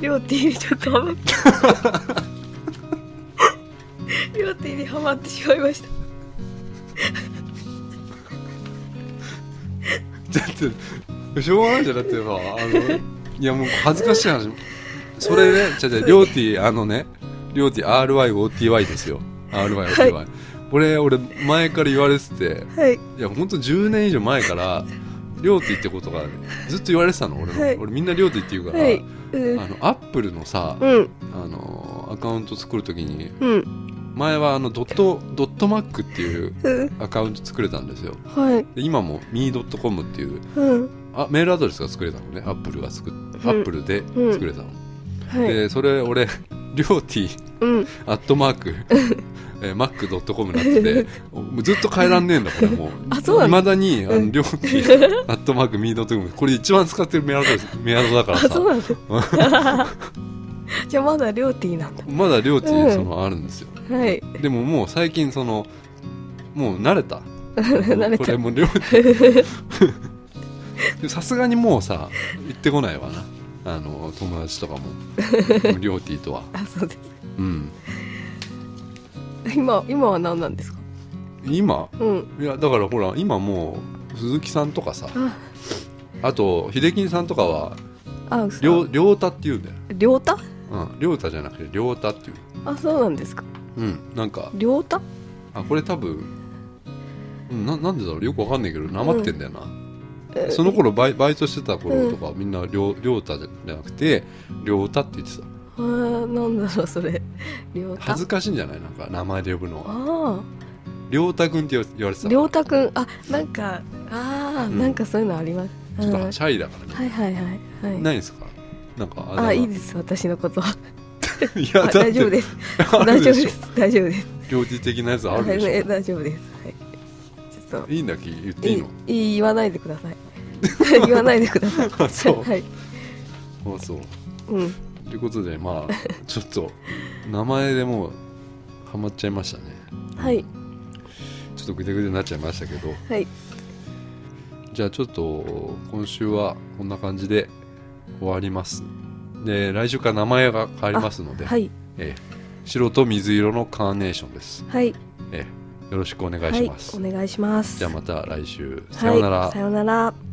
S2: りょうてぃにちょっとハマったりょうてぃにハマってしまいました
S1: だって、しょうがないじゃんだってさ、あの、いやもう恥ずかしい話。それね、じゃじゃ、りょうてぃ、あのね、りょうてぃ RYOTY ですよ。RYOTY。これ、俺、前から言われてて、
S2: はい
S1: いやほんと10年以上前から「りょうてぃ」ってことがずっと言われてたの俺の、
S2: はい
S1: 俺みんな「りょうてぃ」って言うから、
S2: はいうん
S1: あのアップルのさ、
S2: うん
S1: あのアカウント作るときに
S2: うん
S1: 前はあのドットドットマックっていう
S2: うん
S1: アカウント作れたんですよ
S2: はい
S1: で今も me.com っていう
S2: うん
S1: あメールアドレスが作れたのねアップルが作っアップルで
S2: うん
S1: 作れたの、
S2: はい
S1: でそれ俺「りょうてぃ」
S2: うん
S1: [LAUGHS] アットマー
S2: [LAUGHS]
S1: ク、えー、mac.com になってて、おもうずっと変えらんねえんだ、これもう。
S2: [LAUGHS] あそうなの
S1: いまだに、あの、
S2: うん
S1: 料金、
S2: [LAUGHS]
S1: アットマーク、me.com、これ一番使ってるメアドですメアドだから
S2: あ
S1: さ、
S2: そう
S1: [LAUGHS]
S2: なんだじゃあまだりょうてぃなんだ
S1: まだ料
S2: う
S1: 金、
S2: ん
S1: その、あるんですよ。
S2: はい
S1: でももう最近、その、もう慣れた。
S2: [LAUGHS] 慣れ
S1: こ
S2: た
S1: れもう料
S2: [LAUGHS]
S1: 金でもさすがにもうさ、言ってこないわな。あの、友達とかも、料金とは。
S2: あそうです
S1: うん。
S2: 今今は何なんですか
S1: 今、
S2: うん
S1: いやだからほら今もう鈴木さんとかさ
S2: あ
S1: あと秀樹さんとかは
S2: あ
S1: りょうりょうたっていうんだよ、
S2: りょうた
S1: うん、りょうたじゃなくてりょうたっていう
S2: あそうなんですか
S1: うんなんか
S2: りょうた
S1: あこれ多分うんななんでだろうよくわかんないけどなまってんだよな、
S2: え
S1: その頃バイバイトしてた頃とか、みんなりょうりょうたじゃなくてりょうたって言ってた
S2: あーなんだろうそれりょうた
S1: 恥ずかしいんじゃないなんか名前で呼ぶのは
S2: あ
S1: りょうたくんって言わ言われて
S2: あ
S1: た
S2: りょう
S1: ち
S2: たくんあなんかああ、
S1: うん
S2: なんかそういうのあります
S1: ょっ
S2: うん
S1: とシャイだからね、
S2: はいはいはいはい
S1: ないですかなんかあ
S2: あいい
S1: す
S2: です私の
S1: [LAUGHS]
S2: ことは
S1: いや
S2: あ
S1: だって
S2: 大丈夫です
S1: あ
S2: 大
S1: る
S2: 丈
S1: でしょ
S2: 夫 [LAUGHS] です大丈夫です
S1: 料理的なやつあるでし
S2: はい
S1: ょ
S2: 大丈夫ですはいちょっと
S1: いいんだっけ言ってい
S2: い
S1: いの
S2: いい言わないでくだ
S1: [LAUGHS]
S2: さい言わないでください
S1: あ [LAUGHS] そう
S2: [LAUGHS] はい
S1: あそう
S2: うん
S1: ということでまあちょっと名前でもうハマっちゃいましたね
S2: はい
S1: ちょっとグデグデになっちゃいましたけど
S2: はい
S1: じゃあちょっと今週はこんな感じで終わりますで来週から名前が変わりますので、
S2: はい
S1: ええ白と水色のカーネーションです、
S2: はい
S1: ええよろしくお願い
S2: は
S1: し
S2: い
S1: ます、
S2: お願いします
S1: じゃあまた来週
S2: はい
S1: さようなら、
S2: さようなら